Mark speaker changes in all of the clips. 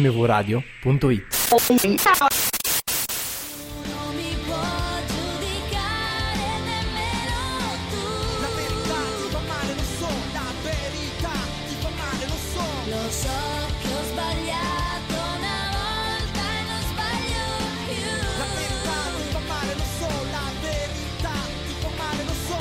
Speaker 1: mvradio.it
Speaker 2: Non mi può giudicare nemmeno tu
Speaker 3: La verità ti fa male, lo so, la verità ti fa male, lo so.
Speaker 2: Lo so che ho sbagliato una volta e non sbaglio
Speaker 3: La verità ti
Speaker 2: più
Speaker 3: fa male, lo so, la verità ti fa male, lo so.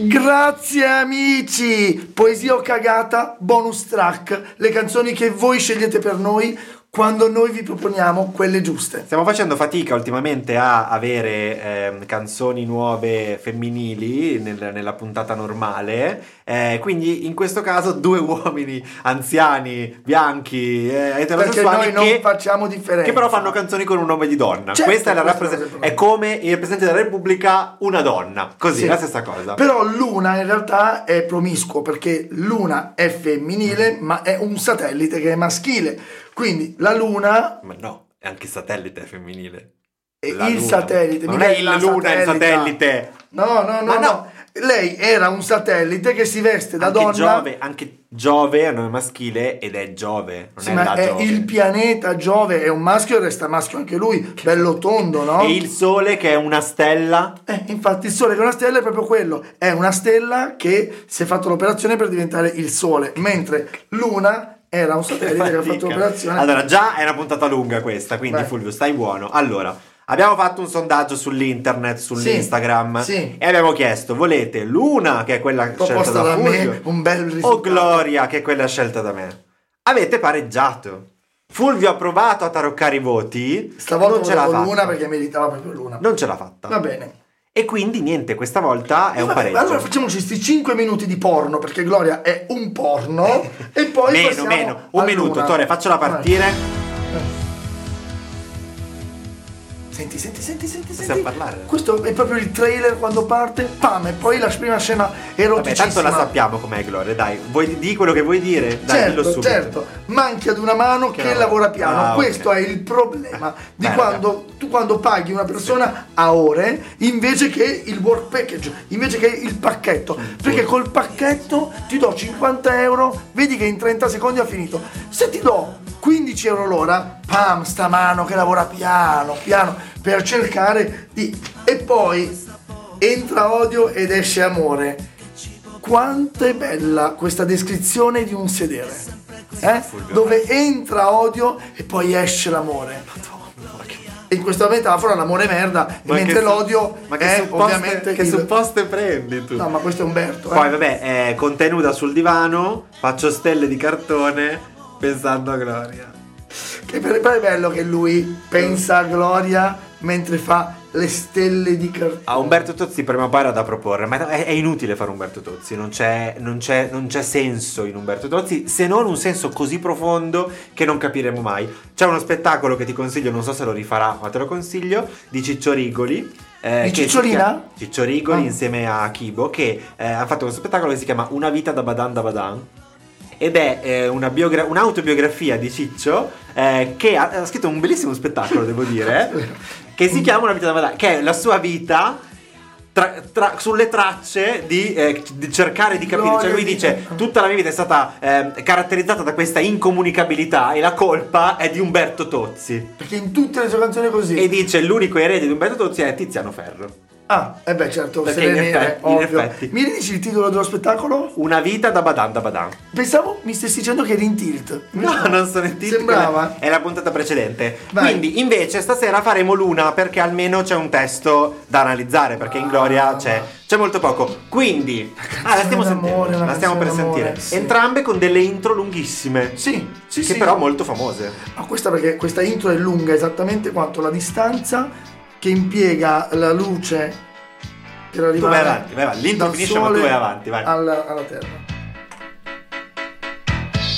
Speaker 4: Grazie amici! Poesia o cagata, bonus track, le canzoni che voi scegliete per noi quando noi vi proponiamo quelle giuste.
Speaker 5: Stiamo facendo fatica ultimamente a avere ehm, canzoni nuove femminili nel- nella puntata normale, eh, quindi in questo caso due uomini anziani, bianchi, eh,
Speaker 4: Perché
Speaker 5: eterosessuali
Speaker 4: noi non
Speaker 5: che,
Speaker 4: facciamo differenza.
Speaker 5: che però fanno canzoni con un nome di donna.
Speaker 4: Certo,
Speaker 5: Questa è, la
Speaker 4: questo è
Speaker 5: rappresen-
Speaker 4: il problema.
Speaker 5: è come il Presidente della Repubblica una donna, così,
Speaker 4: Sì.
Speaker 5: la stessa cosa.
Speaker 4: Però Luna in realtà è promiscuo perché Luna è
Speaker 5: Mm.
Speaker 4: femminile ma è un satellite che è maschile. Quindi la Luna
Speaker 5: Ma no, è anche il satellite è femminile.
Speaker 4: e
Speaker 5: La
Speaker 4: il
Speaker 5: luna.
Speaker 4: satellite.
Speaker 5: Ma non
Speaker 4: mica
Speaker 5: è il
Speaker 4: la
Speaker 5: luna, è il satellite.
Speaker 4: No, no, no,
Speaker 5: Ma
Speaker 4: no.
Speaker 5: no.
Speaker 4: Lei era un satellite che si veste da
Speaker 5: anche
Speaker 4: donna.
Speaker 5: Giove, anche Giove è un nome maschile ed è Giove, non
Speaker 4: Sì,
Speaker 5: è
Speaker 4: ma
Speaker 5: la
Speaker 4: è
Speaker 5: Giove.
Speaker 4: il pianeta Giove è un maschio e resta maschio anche lui, bello tondo, no?
Speaker 5: E il sole che è una stella.
Speaker 4: Eh, infatti il sole che è una stella è proprio quello, è una stella che si è fatto l'operazione per diventare il sole, mentre Luna era un satellite che ha fatto
Speaker 5: Fatica.
Speaker 4: l'operazione.
Speaker 5: Allora, già è una puntata lunga questa, quindi
Speaker 4: Vai.
Speaker 5: Fulvio, stai buono. Allora, abbiamo fatto un sondaggio sull'internet, sull'Instagram
Speaker 4: sì.
Speaker 5: e abbiamo chiesto, volete Luna, che è quella scelta
Speaker 4: proposta
Speaker 5: certo, da,
Speaker 4: da me
Speaker 5: Fulvio,
Speaker 4: un bel
Speaker 5: o
Speaker 4: risultato.
Speaker 5: Gloria, che è quella scelta da me? Avete pareggiato. Fulvio ha provato a taroccare i voti,
Speaker 4: Stavolta
Speaker 5: non ce l'ha fatta.
Speaker 4: volevo Luna perché meritava proprio Luna.
Speaker 5: Non ce l'ha fatta.
Speaker 4: Va bene.
Speaker 5: E quindi niente, questa volta è un
Speaker 4: Eh, Vabbè,
Speaker 5: pareggio.
Speaker 4: Allora facciamoci questi 5 minuti di porno perché Gloria è un porno e poi
Speaker 5: meno,
Speaker 4: passiamo
Speaker 5: meno. Un
Speaker 4: a
Speaker 5: minuto,
Speaker 4: Luna.
Speaker 5: Tore, faccela
Speaker 4: Vai.
Speaker 5: partire.
Speaker 4: Senti, senti, senti, senti,
Speaker 5: Possiamo
Speaker 4: senti.
Speaker 5: parlare?
Speaker 4: Questo è proprio il trailer quando parte, pam, e poi la prima scena
Speaker 5: Vabbè,
Speaker 4: eroticissima.
Speaker 5: tanto la sappiamo com'è Gloria, dai. Vuoi di quello che vuoi dire? Dai, dillo
Speaker 4: Certo,
Speaker 5: subito.
Speaker 4: certo, manca di una mano che,
Speaker 5: Che lavora.
Speaker 4: lavora piano.
Speaker 5: Ah, ok.
Speaker 4: Questo è il problema di
Speaker 5: Beh,
Speaker 4: quando tu quando paghi una persona a ore invece che il work package, invece che il pacchetto. Perché col pacchetto ti do 50 euro, vedi che in 30 secondi ha finito. Se ti do 15 euro l'ora, pam, sta mano che lavora piano, piano, per cercare di... E poi entra odio ed esce amore. Quanto è bella questa descrizione di un sedere. Eh? Dove entra odio e poi esce l'amore. E in questa metafora l'amore è merda,
Speaker 5: Ma
Speaker 4: mentre
Speaker 5: che su-
Speaker 4: l'odio
Speaker 5: ma che
Speaker 4: è
Speaker 5: supposte-
Speaker 4: ovviamente
Speaker 5: Che
Speaker 4: il-
Speaker 5: supposte prendi tu?
Speaker 4: No, ma questo è Umberto. eh.
Speaker 5: Poi, vabbè, eh, contenuta sul divano, faccio stelle di cartone pensando a Gloria.
Speaker 4: Che per poi è bello che lui pensa a Gloria mentre fa le stelle di cartone.
Speaker 5: A Umberto Tozzi prima o poi era da proporre, ma è, è inutile fare Umberto Tozzi, non c'è, non c'è- non c'è senso in Umberto Tozzi, se non un senso così profondo che non capiremo mai. C'è uno spettacolo che ti consiglio, non so se lo rifarà, ma te lo consiglio, di Cicciorigoli. eh,
Speaker 4: Di
Speaker 5: che si
Speaker 4: Cicciolina?
Speaker 5: chiama- Cicciorigoli
Speaker 4: Ah.
Speaker 5: insieme a Kibo, che eh, ha fatto questo spettacolo che si chiama Una vita da badan da badan. Ed è eh, una biogra- un'autobiografia di Ciccio eh, che ha, ha scritto un bellissimo spettacolo, devo dire, eh, che si chiama Una vita da Madonna, che è la sua vita tra- tra- sulle tracce di, eh, di cercare di capire.
Speaker 4: Gloria
Speaker 5: Cioè lui
Speaker 4: di-
Speaker 5: dice, tutta la mia vita è stata eh, caratterizzata da questa incomunicabilità e la colpa è di Umberto Tozzi.
Speaker 4: Perché in tutte le sue canzoni è così.
Speaker 5: E dice, l'unico erede di Umberto Tozzi è Tiziano Ferro.
Speaker 4: Ah, e beh certo,
Speaker 5: Perché
Speaker 4: Sere
Speaker 5: in
Speaker 4: Nere,
Speaker 5: effetti- in
Speaker 4: ovvio.
Speaker 5: effetti. Uh.
Speaker 4: Mi ridici il titolo dello spettacolo?
Speaker 5: Una vita da badan da badan.
Speaker 4: Pensavo mi stessi dicendo che eri in tilt.
Speaker 5: No, non sono in tilt,
Speaker 4: Sembrava.
Speaker 5: È la puntata precedente.
Speaker 4: Vai.
Speaker 5: Quindi, invece, stasera faremo l'una perché almeno c'è un testo da analizzare. Perché in Gloria c'è, c'è molto poco. Quindi, ah, la stiamo
Speaker 4: Ah. d'amore,
Speaker 5: sentendo.
Speaker 4: una
Speaker 5: La stiamo per
Speaker 4: canzone d'amore,
Speaker 5: sentire.
Speaker 4: sì.
Speaker 5: Entrambe con delle intro lunghissime.
Speaker 4: Sì, sì,
Speaker 5: che
Speaker 4: sì.
Speaker 5: però molto famose.
Speaker 4: Ma Ah, questa perché questa intro è lunga esattamente quanto la distanza che impiega la luce per arrivare
Speaker 5: vai avanti, vai avanti. L'intro
Speaker 4: dal
Speaker 5: finisce, ma tu
Speaker 4: sole
Speaker 5: vai avanti, vai.
Speaker 4: Alla, alla terra.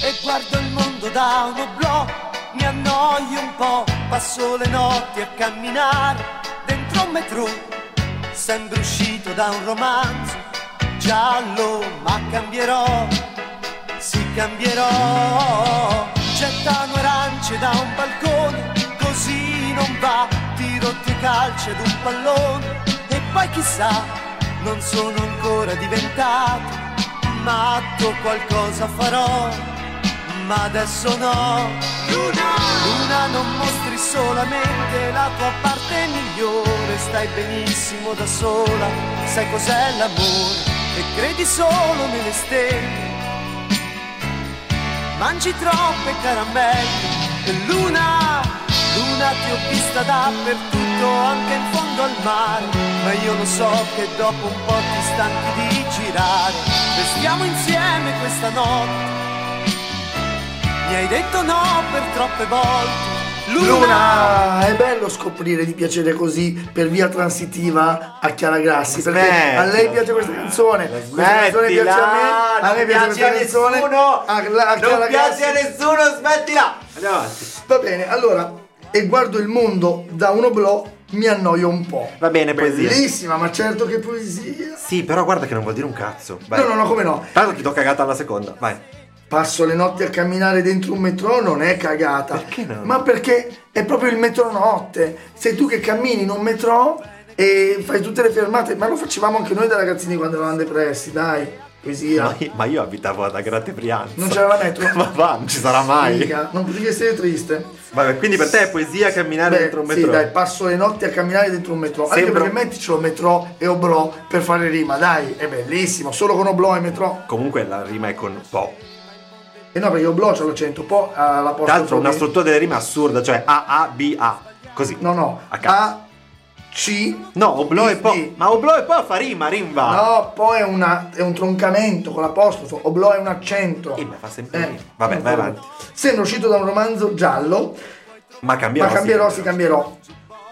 Speaker 3: E guardo il mondo da uno blò, mi annoio un po', passo le notti a camminare dentro un metro, sembro uscito da un romanzo giallo, ma cambierò, sì cambierò. Gettano arance da un balcone, così non va, tiro tre calci ad un pallone e poi chissà, non sono ancora diventato matto, qualcosa farò. ma adesso no. Luna, Luna non mostri solamente la tua parte migliore, stai benissimo da sola, sai cos'è l'amore e credi solo nelle stelle. Mangi troppe caramelle e Luna, Luna ti ho vista dappertutto, anche in fondo al mare, ma io lo so che dopo un po' ti stanchi di girare. Restiamo insieme questa notte. Mi hai detto no per troppe volte.
Speaker 4: Luna, è bello scoprire di piacere così per via transitiva a Chiara Grassi perché
Speaker 5: Smettila.
Speaker 4: a lei piace questa canzone. Questa canzone piace a me, a me piace, questa canzone. a, la- a Chiara Grassi.
Speaker 5: nessuno, smettila! Andiamo avanti.
Speaker 4: Va bene, allora, e guardo il mondo da un oblò, mi annoio un po'.
Speaker 5: Va bene, poesia.
Speaker 4: Bellissima, ma certo che poesia.
Speaker 5: Sì, però guarda che non vuol dire un cazzo. Vai.
Speaker 4: No, no, no, come no?
Speaker 5: Tanto ti do cagata alla seconda, vai.
Speaker 4: Passo le notti a camminare dentro un metrò non è cagata.
Speaker 5: Perché no?
Speaker 4: Ma perché è proprio il metrò notte. Sei tu che cammini in un metrò e fai tutte le fermate. Ma lo facevamo anche noi da ragazzini quando eravamo depressi, dai. Poesia.
Speaker 5: Ma io, ma io abitavo ad Agrate Brianza.
Speaker 4: Non c'era la metro.
Speaker 5: Ma va, non ci sarà mai.
Speaker 4: Figa, non potevi essere triste.
Speaker 5: Vabbè, quindi per te è poesia camminare
Speaker 4: Beh,
Speaker 5: dentro un
Speaker 4: sì,
Speaker 5: metro.
Speaker 4: dai, passo le notti a camminare dentro un metrò. Anche
Speaker 5: Sembra-
Speaker 4: perché metticelo metrò e oblò per fare rima, dai, è bellissimo. Solo con oblò e metrò.
Speaker 5: Comunque la rima è con po'.
Speaker 4: E no, perché oblò c'è l'accento, po' alla porta.
Speaker 5: Tra l'altro una struttura delle rime assurda, cioè A, A, B, A. Così.
Speaker 4: No, no.
Speaker 5: A cazzo.
Speaker 4: A, C,
Speaker 5: No, oblò e
Speaker 4: D,
Speaker 5: po'. Ah.
Speaker 4: D.
Speaker 5: Ma oblò e po' fa rima, rimba.
Speaker 4: No, poi è, una- è un troncamento con l'apostrofo, oblò è un accento.
Speaker 5: Eh, ma fa sempre bene. Vabbè,
Speaker 4: non
Speaker 5: vai
Speaker 4: fa-
Speaker 5: avanti.
Speaker 4: Sembra uscito da un romanzo giallo,
Speaker 5: Ma cambierò.
Speaker 4: ma cambierò, si cambierò.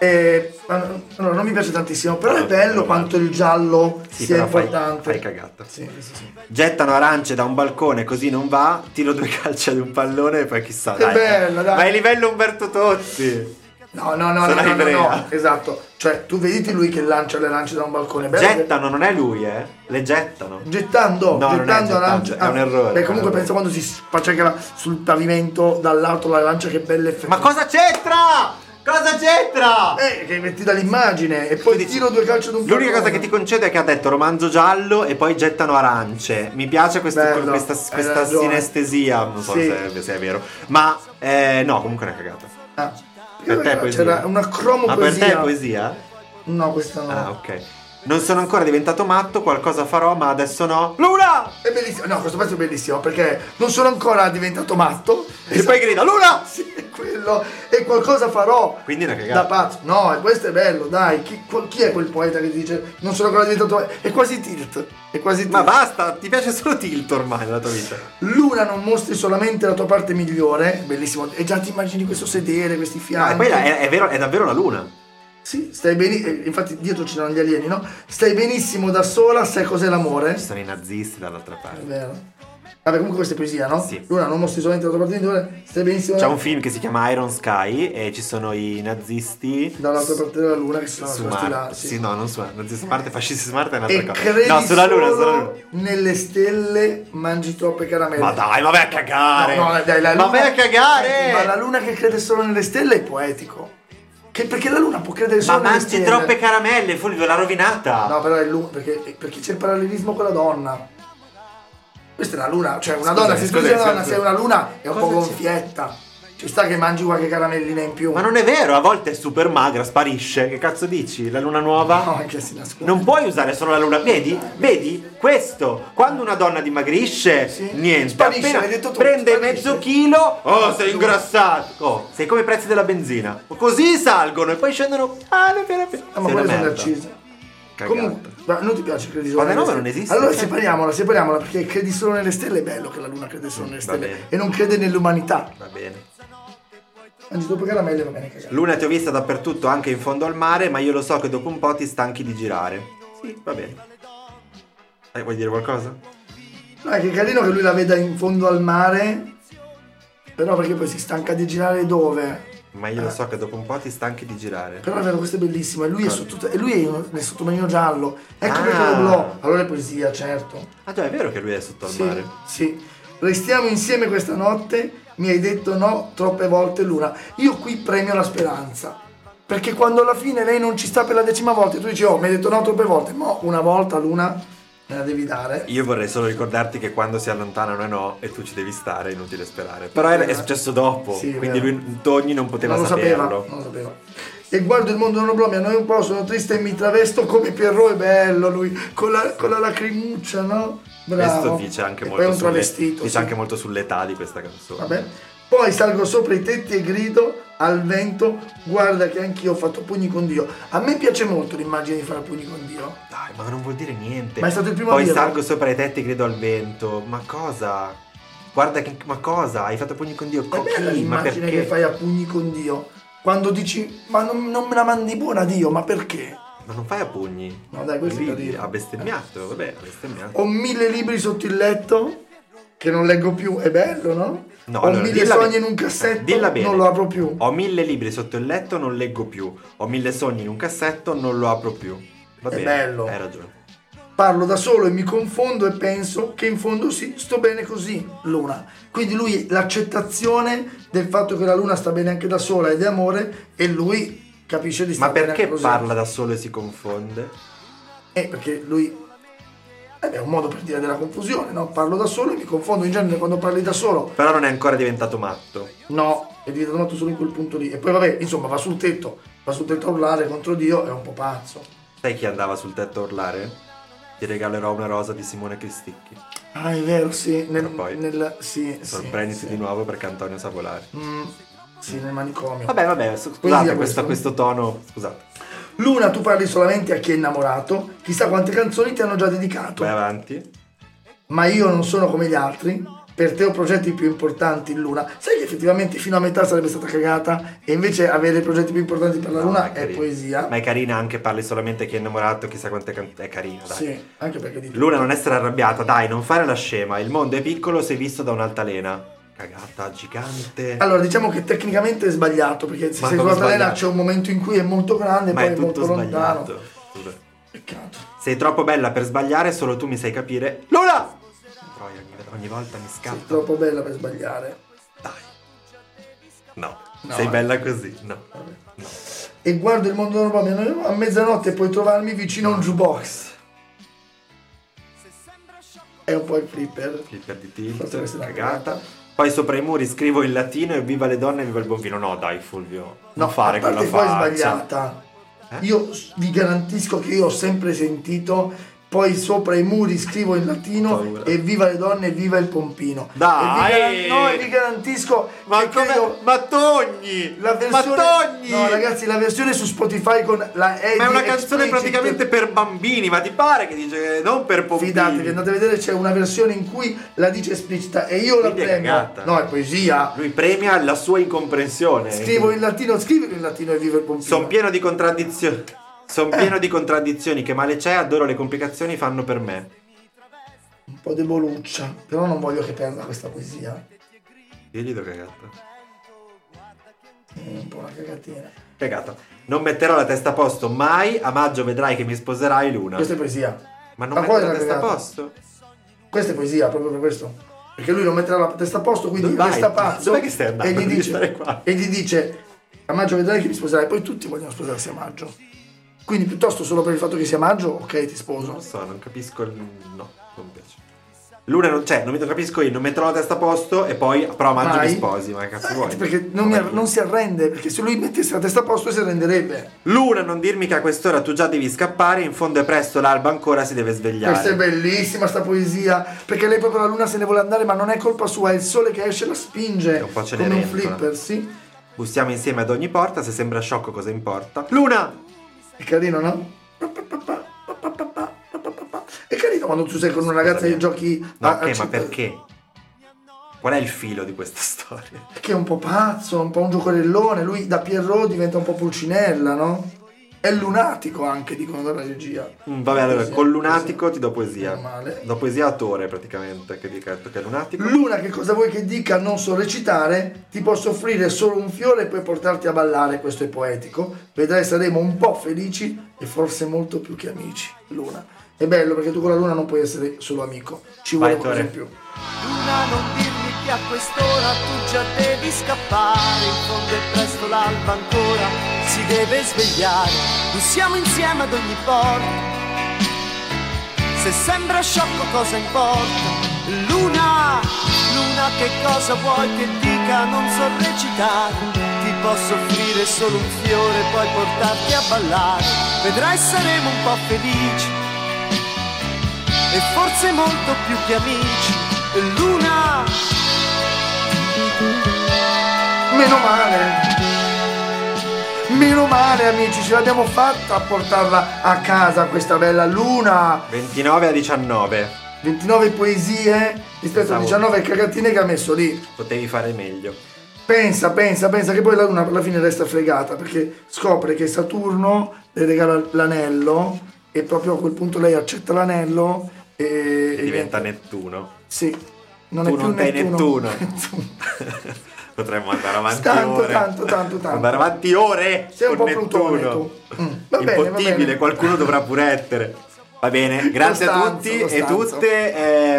Speaker 4: Eh, ma no, no, non mi piace tantissimo, però è
Speaker 5: Allora,
Speaker 4: bello
Speaker 5: allora.
Speaker 4: quanto il giallo
Speaker 5: Sì,
Speaker 4: sia
Speaker 5: però fai-
Speaker 4: importante.
Speaker 5: fai cagata.
Speaker 4: Sì, sì, sì.
Speaker 5: Gettano arance da un balcone così non va, tiro due calci ad un pallone e poi chissà.
Speaker 4: Che
Speaker 5: dai.
Speaker 4: bella, dai.
Speaker 5: Ma è livello Umberto Tozzi.
Speaker 4: No, no, no, no,
Speaker 5: Sarà
Speaker 4: no, no,
Speaker 5: ebrea.
Speaker 4: no, esatto. Cioè, tu vediti lui che lancia le lance da un balcone. Bello che-
Speaker 5: Gettano, non è lui, eh. Le gettano.
Speaker 4: Gettando,
Speaker 5: No, non è
Speaker 4: gettando
Speaker 5: gettando,
Speaker 4: la lancia. Ah,
Speaker 5: è un errore,
Speaker 4: Beh,
Speaker 5: è un
Speaker 4: comunque
Speaker 5: errore.
Speaker 4: penso quando si spaccia anche la- sul pavimento dall'alto la lancia, che bella effetto.
Speaker 5: Ma cosa c'entra? Cosa c'entra?
Speaker 4: Eh, che metti dall'immagine e poi
Speaker 5: Quindi-
Speaker 4: tiro due calci ad un
Speaker 5: L'unica cosa
Speaker 4: pallone.
Speaker 5: che ti concedo è che ha detto romanzo giallo e poi gettano arance. Mi piace questo-
Speaker 4: Bello,
Speaker 5: questa,
Speaker 4: hai
Speaker 5: questa
Speaker 4: ragione.
Speaker 5: sinestesia. Non so
Speaker 4: Sì.
Speaker 5: se, è- se è vero. Ma eh, no, comunque è una cagata.
Speaker 4: Ah,
Speaker 5: Per te è poesia.
Speaker 4: C'era una cromo
Speaker 5: Ma per
Speaker 4: poesia.
Speaker 5: te è poesia?
Speaker 4: No, questa no.
Speaker 5: Ah, ok. Non sono ancora diventato matto, qualcosa farò, ma adesso no. Luna!
Speaker 4: È bellissimo. No, questo pezzo è bellissimo perché non sono ancora diventato matto.
Speaker 5: E poi grida, Luna!
Speaker 4: Sì, è quello. E qualcosa farò.
Speaker 5: Quindi è una cagata.
Speaker 4: Da pazzo. No, e questo è bello, dai. Chi, qu- chi è quel poeta che dice non sono ancora diventato È quasi tilt. È quasi tilt.
Speaker 5: Ma basta, ti piace solo Tilt ormai nella tua vita.
Speaker 4: Luna non mostri solamente la tua parte migliore. Bellissimo. E già ti immagini questo sedere, questi
Speaker 5: Ah,
Speaker 4: fianchi.
Speaker 5: e poi è, è vero, è davvero la luna.
Speaker 4: Sì, stai benissimo. Infatti, dietro c'erano gli alieni, no? Stai benissimo da sola, sai cos'è l'amore?
Speaker 5: Ci sono i nazisti dall'altra
Speaker 4: È
Speaker 5: parte.
Speaker 4: vero. Vabbè, comunque questa è poesia, no?
Speaker 5: Sì.
Speaker 4: Luna, non mostri solamente la tua parte migliore, stai benissimo
Speaker 5: C'è un film che si chiama Iron Sky e ci sono i nazisti.
Speaker 4: dall'altra parte della luna che si sono
Speaker 5: Su
Speaker 4: nascosti là.
Speaker 5: Marte.
Speaker 4: Sì.
Speaker 5: Sì, no, non su Marte. Nazisti su Marte, fascisti su Marte è
Speaker 4: E
Speaker 5: un'altra cosa.
Speaker 4: credi
Speaker 5: No, sulla luna,
Speaker 4: solo
Speaker 5: sulla luna.
Speaker 4: nelle stelle mangi troppe caramelle.
Speaker 5: Ma dai, ma vai a cagare!
Speaker 4: No, no, dai, la
Speaker 5: ma
Speaker 4: luna-
Speaker 5: vai a cagare!
Speaker 4: Senti, Ma la luna che crede solo nelle stelle è poetico. Che- perché la luna può credere
Speaker 5: Ma
Speaker 4: solo nelle
Speaker 5: mangi
Speaker 4: stelle.
Speaker 5: troppe caramelle, Fulvio, l'ha rovinata!
Speaker 4: No, però è luna, perché, perché c'è il parallelismo con la donna. Questa è una luna, cioè una
Speaker 5: Scusami,
Speaker 4: donna, se tu
Speaker 5: scusami,
Speaker 4: sei una
Speaker 5: scusami.
Speaker 4: donna, sei una luna, è un
Speaker 5: Cosa
Speaker 4: po'
Speaker 5: c'è?
Speaker 4: gonfietta. Ci sta che mangi qualche caramellina in più.
Speaker 5: Ma non è vero, a volte è super magra, sparisce. Che cazzo dici? La luna nuova?
Speaker 4: No, anche si nasconde.
Speaker 5: Non puoi usare solo la luna, vedi? Vedi? Questo, quando una donna dimagrisce,
Speaker 4: Sì.
Speaker 5: niente,
Speaker 4: Sparisce,
Speaker 5: appena
Speaker 4: l'hai detto tu,
Speaker 5: prende
Speaker 4: sparisce.
Speaker 5: mezzo chilo, oh sei ingrassato, oh, sei come i prezzi della benzina, così salgono e poi scendono, ah, ne piena piena.
Speaker 4: Ah, ma
Speaker 5: Sei una
Speaker 4: quelle sono le
Speaker 5: merda.
Speaker 4: accise.
Speaker 5: Cagata.
Speaker 4: Comunque, ma non ti piace credi solo
Speaker 5: Ma la
Speaker 4: nelle
Speaker 5: roba
Speaker 4: stelle?
Speaker 5: non esiste.
Speaker 4: Allora separiamola, separiamola perché credi solo nelle stelle è bello che la luna crede solo nelle
Speaker 5: Mm, va
Speaker 4: stelle
Speaker 5: bene.
Speaker 4: e non crede nell'umanità.
Speaker 5: Va bene.
Speaker 4: Mangi dopo caramelle va bene cagare.
Speaker 5: Luna ti ho vista dappertutto, anche in fondo al mare, ma io lo so che dopo un po' ti stanchi di girare. Sì, va bene. Eh, vuoi dire qualcosa?
Speaker 4: No, è che è carino che lui la veda in fondo al mare. Però perché poi si stanca di girare dove?
Speaker 5: Ma io
Speaker 4: Eh.
Speaker 5: lo so che dopo un po' ti stanchi di girare.
Speaker 4: Però è vero, questo è bellissimo. E lui è, sotto, e lui è in- nel sottomarino giallo. Ecco
Speaker 5: Ah.
Speaker 4: perché lo blò. Allora è poesia, certo.
Speaker 5: Ah già, è vero che lui è sotto al
Speaker 4: Sì,
Speaker 5: mare.
Speaker 4: sì. Restiamo insieme questa notte. Mi hai detto no troppe volte, Luna. Io qui premio la speranza. Perché quando alla fine lei non ci sta per la decima volta, e tu dici, oh, mi hai detto no troppe volte. Mo, una volta, Luna, me la devi dare.
Speaker 5: Io vorrei solo ricordarti che quando si allontanano è no e tu ci devi stare, è inutile sperare. Però era- è successo dopo,
Speaker 4: Sì,
Speaker 5: quindi
Speaker 4: vero.
Speaker 5: lui Togni non poteva
Speaker 4: non lo sapeva,
Speaker 5: saperlo.
Speaker 4: non lo sapeva. E guardo il mondo non blò, mi annoio un po', sono triste e mi travesto come Pierrot, è bello lui, con la, con la lacrimuccia, no? Bravo.
Speaker 5: Questo dice anche,
Speaker 4: E
Speaker 5: molto
Speaker 4: poi è un
Speaker 5: sulle-
Speaker 4: travestito.
Speaker 5: dice
Speaker 4: sì.
Speaker 5: anche molto sull'età di questa canzone.
Speaker 4: Vabbè. Poi salgo sopra i tetti e grido al vento, guarda che anch'io ho fatto pugni con Dio. A me piace molto l'immagine di fare pugni con Dio.
Speaker 5: Dai, ma non vuol dire niente.
Speaker 4: Ma è stato il primo a
Speaker 5: Poi
Speaker 4: dirlo.
Speaker 5: salgo sopra i tetti e grido al vento. Ma cosa? Guarda che. Ma cosa? Hai fatto pugni con Dio?
Speaker 4: È
Speaker 5: Con
Speaker 4: bella
Speaker 5: chi? Ma
Speaker 4: l'immagine
Speaker 5: perché?
Speaker 4: che fai a pugni con Dio. Quando dici, ma non, non me la mandi buona Dio, ma perché?
Speaker 5: Ma non fai a pugni.
Speaker 4: No, dai, questo è da
Speaker 5: Gridi,
Speaker 4: dire.
Speaker 5: Ha bestemmiato, vabbè, ha bestemmiato.
Speaker 4: Ho mille libri sotto il letto che non leggo più, è bello, no?
Speaker 5: No,
Speaker 4: Ho
Speaker 5: allora,
Speaker 4: mille
Speaker 5: dilla
Speaker 4: sogni
Speaker 5: be-
Speaker 4: in un cassetto,
Speaker 5: dilla bene.
Speaker 4: non lo apro più.
Speaker 5: Ho mille libri sotto il letto, non leggo più. Ho mille sogni in un cassetto, non lo apro più. Va
Speaker 4: È
Speaker 5: bene,
Speaker 4: bello.
Speaker 5: Hai ragione.
Speaker 4: Parlo da solo e mi confondo e penso che in fondo sì, sto bene così, Luna. Quindi lui l'accettazione del fatto che la Luna sta bene anche da sola ed è amore e lui capisce di
Speaker 5: Ma
Speaker 4: stare bene
Speaker 5: perché
Speaker 4: anche così.
Speaker 5: parla da solo e si confonde?
Speaker 4: Eh, perché lui eh, è un modo per dire della confusione, no? Parlo da solo e mi confondo in genere quando parli da solo.
Speaker 5: Però non è ancora diventato matto.
Speaker 4: No, è diventato matto solo in quel punto lì. E poi vabbè, insomma, va sul tetto, va sul tetto a urlare contro Dio, è un po' pazzo.
Speaker 5: Sai chi andava sul tetto a urlare? Ti regalerò una rosa di Simone Cristicchi.
Speaker 4: Ah, è vero, sì. Nel,
Speaker 5: Ma poi?
Speaker 4: nel, sì, sì,
Speaker 5: Sorprenditi
Speaker 4: sì.
Speaker 5: di nuovo perché Antonio sa volare.
Speaker 4: Mm, sì, nel manicomio.
Speaker 5: Vabbè, vabbè, su-
Speaker 4: Quindi
Speaker 5: scusate
Speaker 4: da
Speaker 5: questo,
Speaker 4: questo-
Speaker 5: questo tono. Scusate.
Speaker 4: Luna, tu parli solamente a chi è innamorato. Chissà quante canzoni ti hanno già dedicato.
Speaker 5: Vai avanti.
Speaker 4: Ma io non sono come gli altri. Per te ho progetti più importanti in Luna. Sai che effettivamente fino a metà sarebbe stata cagata. E invece avere progetti più importanti per la
Speaker 5: No, ma
Speaker 4: Luna è
Speaker 5: carina.
Speaker 4: poesia.
Speaker 5: Ma è carina anche, parli solamente chi è innamorato, chissà quante can- È carina, dai.
Speaker 4: Sì, anche perché di
Speaker 5: Luna, non essere arrabbiata, dai, non fare la scema. Il mondo è piccolo se visto da un'altalena. Cagata, gigante.
Speaker 4: Allora, diciamo che tecnicamente è sbagliato, perché se
Speaker 5: Ma
Speaker 4: sei
Speaker 5: come
Speaker 4: sulla talena
Speaker 5: sbagliato?
Speaker 4: c'è un momento in cui è molto grande e
Speaker 5: ma
Speaker 4: poi
Speaker 5: è
Speaker 4: è molto
Speaker 5: tutto
Speaker 4: lontano.
Speaker 5: sbagliato. Scusa.
Speaker 4: Peccato.
Speaker 5: Sei troppo bella per sbagliare, solo tu mi sai capire. Luna! Troia, ogni, ogni volta mi
Speaker 4: Sei
Speaker 5: scappa.
Speaker 4: troppo bella per sbagliare.
Speaker 5: No.
Speaker 4: No,
Speaker 5: sei
Speaker 4: eh.
Speaker 5: bella così, no.
Speaker 4: E guardo il mondo normale a mezzanotte puoi trovarmi vicino a un jukebox. È un po' il flipper.
Speaker 5: Flipper di
Speaker 4: Forse
Speaker 5: tilt,
Speaker 4: questa è una
Speaker 5: cagata.
Speaker 4: cagata.
Speaker 5: Poi sopra i muri scrivo in latino e viva le donne e viva il buon vino. No, dai, Fulvio. non fare
Speaker 4: a parte
Speaker 5: quella
Speaker 4: poi
Speaker 5: faccia.
Speaker 4: sbagliata.
Speaker 5: Eh?
Speaker 4: Io s- vi garantisco che io ho sempre sentito poi sopra i muri scrivo in latino
Speaker 5: Paura.
Speaker 4: e viva le donne e viva il pompino.
Speaker 5: Dai!
Speaker 4: E vi, garan- no, e vi garantisco
Speaker 5: Ma
Speaker 4: che
Speaker 5: come?
Speaker 4: credo
Speaker 5: Ma Togni!
Speaker 4: la versione
Speaker 5: Ma Togni!
Speaker 4: No, ragazzi, la versione su Spotify con la
Speaker 5: ma è una
Speaker 4: Eddie
Speaker 5: canzone
Speaker 4: Explicit-
Speaker 5: praticamente per bambini, ma ti pare che dice non per pompini?
Speaker 4: Fidatevi, andate a vedere, c'è una versione in cui la dice esplicita e io la
Speaker 5: Quindi è
Speaker 4: premio.
Speaker 5: cagata. Eh,
Speaker 4: No, è poesia.
Speaker 5: Lui premia la sua incomprensione.
Speaker 4: Scrivo in latino, scrivilo in latino e vive il pompino.
Speaker 5: Sono pieno di contraddizioni.
Speaker 4: Eh.
Speaker 5: Sono pieno di contraddizioni che male c'è, adoro le complicazioni fanno per me.
Speaker 4: Un po' deboluccia, però non voglio che perda questa poesia.
Speaker 5: Diglielo cagata.
Speaker 4: È un po' una cagatina.
Speaker 5: Cagata. Non metterò la testa a posto mai, a maggio vedrai che mi sposerai Luna.
Speaker 4: Questa è poesia.
Speaker 5: Ma non
Speaker 4: Ma
Speaker 5: metterò
Speaker 4: quella
Speaker 5: la
Speaker 4: è
Speaker 5: testa a
Speaker 4: cagata.
Speaker 5: posto?
Speaker 4: Questa è poesia, proprio per questo. Perché lui non metterà la testa a posto, quindi
Speaker 5: Dove vai?
Speaker 4: resta pazzo.
Speaker 5: Dov'è che stai andando?
Speaker 4: E gli
Speaker 5: Devi
Speaker 4: dice,
Speaker 5: stare qua.
Speaker 4: e gli dice, a maggio vedrai che mi sposerai, poi tutti vogliono sposarsi a maggio. Quindi piuttosto solo per il fatto che sia maggio, ok, ti
Speaker 5: Non lo
Speaker 4: sposo.
Speaker 5: so, non capisco il... No, non mi piace. Luna non c'è, non mi non capisco io, non metterò la testa a posto e poi però a maggio
Speaker 4: Mai.
Speaker 5: mi sposi, ma che cazzo vuoi?
Speaker 4: Perché non, mi-
Speaker 5: Vabbè.
Speaker 4: non si arrende, perché se lui mettesse la testa a posto si arrenderebbe.
Speaker 5: Luna, non dirmi che a quest'ora tu già devi scappare, in fondo è presto, l'alba ancora si deve svegliare.
Speaker 4: Questa è bellissima sta poesia, perché lei proprio la luna se ne vuole andare, ma non è colpa sua, è il sole che esce e la spinge.
Speaker 5: È un po'
Speaker 4: come un
Speaker 5: Cenerentola.
Speaker 4: flipper, sì.
Speaker 5: Bussiamo insieme ad ogni porta, se sembra sciocco cosa importa. Luna!
Speaker 4: È carino, no? È carino quando tu sei con una ragazza e
Speaker 5: Scusami.
Speaker 4: giochi
Speaker 5: No,
Speaker 4: a-
Speaker 5: ok,
Speaker 4: a
Speaker 5: ma
Speaker 4: città-
Speaker 5: perché? Qual è il filo di questa storia?
Speaker 4: Perché è un po' pazzo, un po' un giocherellone, lui da Pierrot diventa un po' pulcinella, no? È lunatico anche, dicono dalla regia.
Speaker 5: Mm, Vabbè, allora,
Speaker 4: Poesia,
Speaker 5: col lunatico ti do poesia.
Speaker 4: Meno male.
Speaker 5: Do poesia a Tore, praticamente, che dica che è lunatico.
Speaker 4: Luna, che cosa vuoi che dica? Non so recitare, ti posso offrire solo un fiore e poi portarti a ballare, questo è poetico. Vedrai saremo un po' felici e forse molto più che amici. Luna. È bello perché tu con la Luna non puoi essere solo amico, ci vuole
Speaker 5: Vai,
Speaker 4: qualcosa
Speaker 5: Tore.
Speaker 4: in più.
Speaker 3: Luna non dirmi che a quest'ora tu già devi scappare In fondo è presto l'alba ancora si deve svegliare Non siamo insieme ad ogni porta Se Se sembra sciocco cosa importa? Luna, Luna che cosa vuoi che dica? Non so recitare, ti posso offrire solo un fiore, poi portarti a ballare. Vedrai saremo un po' felici e forse molto più che amici. Luna,
Speaker 4: Meno male. Meno male amici, ce l'abbiamo fatta a portarla a casa questa bella luna.
Speaker 5: 29 a 19.
Speaker 4: 29 poesie rispetto a
Speaker 5: Pensavo.
Speaker 4: 19 cagatine che ha messo lì.
Speaker 5: Potevi fare meglio.
Speaker 4: Pensa, pensa, pensa che poi la luna alla fine resta fregata perché scopre che Saturno le regala l'anello e proprio a quel punto lei accetta l'anello e, e
Speaker 5: Diventa Nettuno.
Speaker 4: Sì, non è
Speaker 5: tu
Speaker 4: più
Speaker 5: non sei Nettuno.
Speaker 4: Nettuno.
Speaker 5: Potremmo andare avanti
Speaker 4: Tanto,
Speaker 5: ore.
Speaker 4: tanto, tanto, tanto.
Speaker 5: Andare avanti ore
Speaker 4: Sei un
Speaker 5: con
Speaker 4: po' Plutone
Speaker 5: Nettuno.
Speaker 4: tu. Mm, va bene, va
Speaker 5: Impottibile,
Speaker 4: bene.
Speaker 5: qualcuno dovrà pure essere. Va bene, grazie a
Speaker 4: Costanzo,
Speaker 5: tutti e
Speaker 4: Costanzo.
Speaker 5: tutte.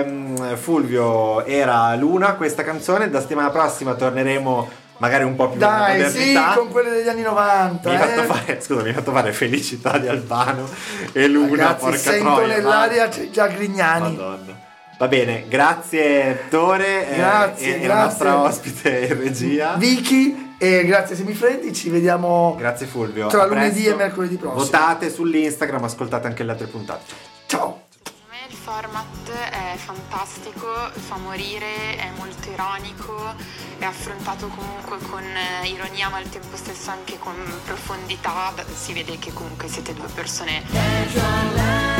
Speaker 5: Ehm, Fulvio era Luna questa canzone, da settimana prossima torneremo magari un po' più
Speaker 4: Dai,
Speaker 5: nella
Speaker 4: sì,
Speaker 5: modernità.
Speaker 4: con quelle degli anni 90.
Speaker 5: Mi hai
Speaker 4: eh.
Speaker 5: fatto fare, scusa, mi hai fatto fare felicità di Albano e Luna,
Speaker 4: Ragazzi,
Speaker 5: porca
Speaker 4: sento
Speaker 5: troia.
Speaker 4: nell'aria c'è già Grignani.
Speaker 5: Madonna. Va bene, grazie Tore eh,
Speaker 4: Grazie,
Speaker 5: e, e la
Speaker 4: grazie.
Speaker 5: nostra ospite in regia.
Speaker 4: Vicky e grazie Semifreddi, ci vediamo.
Speaker 5: Grazie Fulvio.
Speaker 4: Tra
Speaker 5: a
Speaker 4: lunedì
Speaker 5: presto.
Speaker 4: e mercoledì prossimo.
Speaker 5: Votate sull'Instagram, ascoltate anche le altre puntate.
Speaker 4: Ciao.
Speaker 1: Secondo me il format è fantastico, fa morire, è molto ironico, è affrontato comunque con eh, ironia ma al tempo stesso anche con profondità, si vede che comunque siete due persone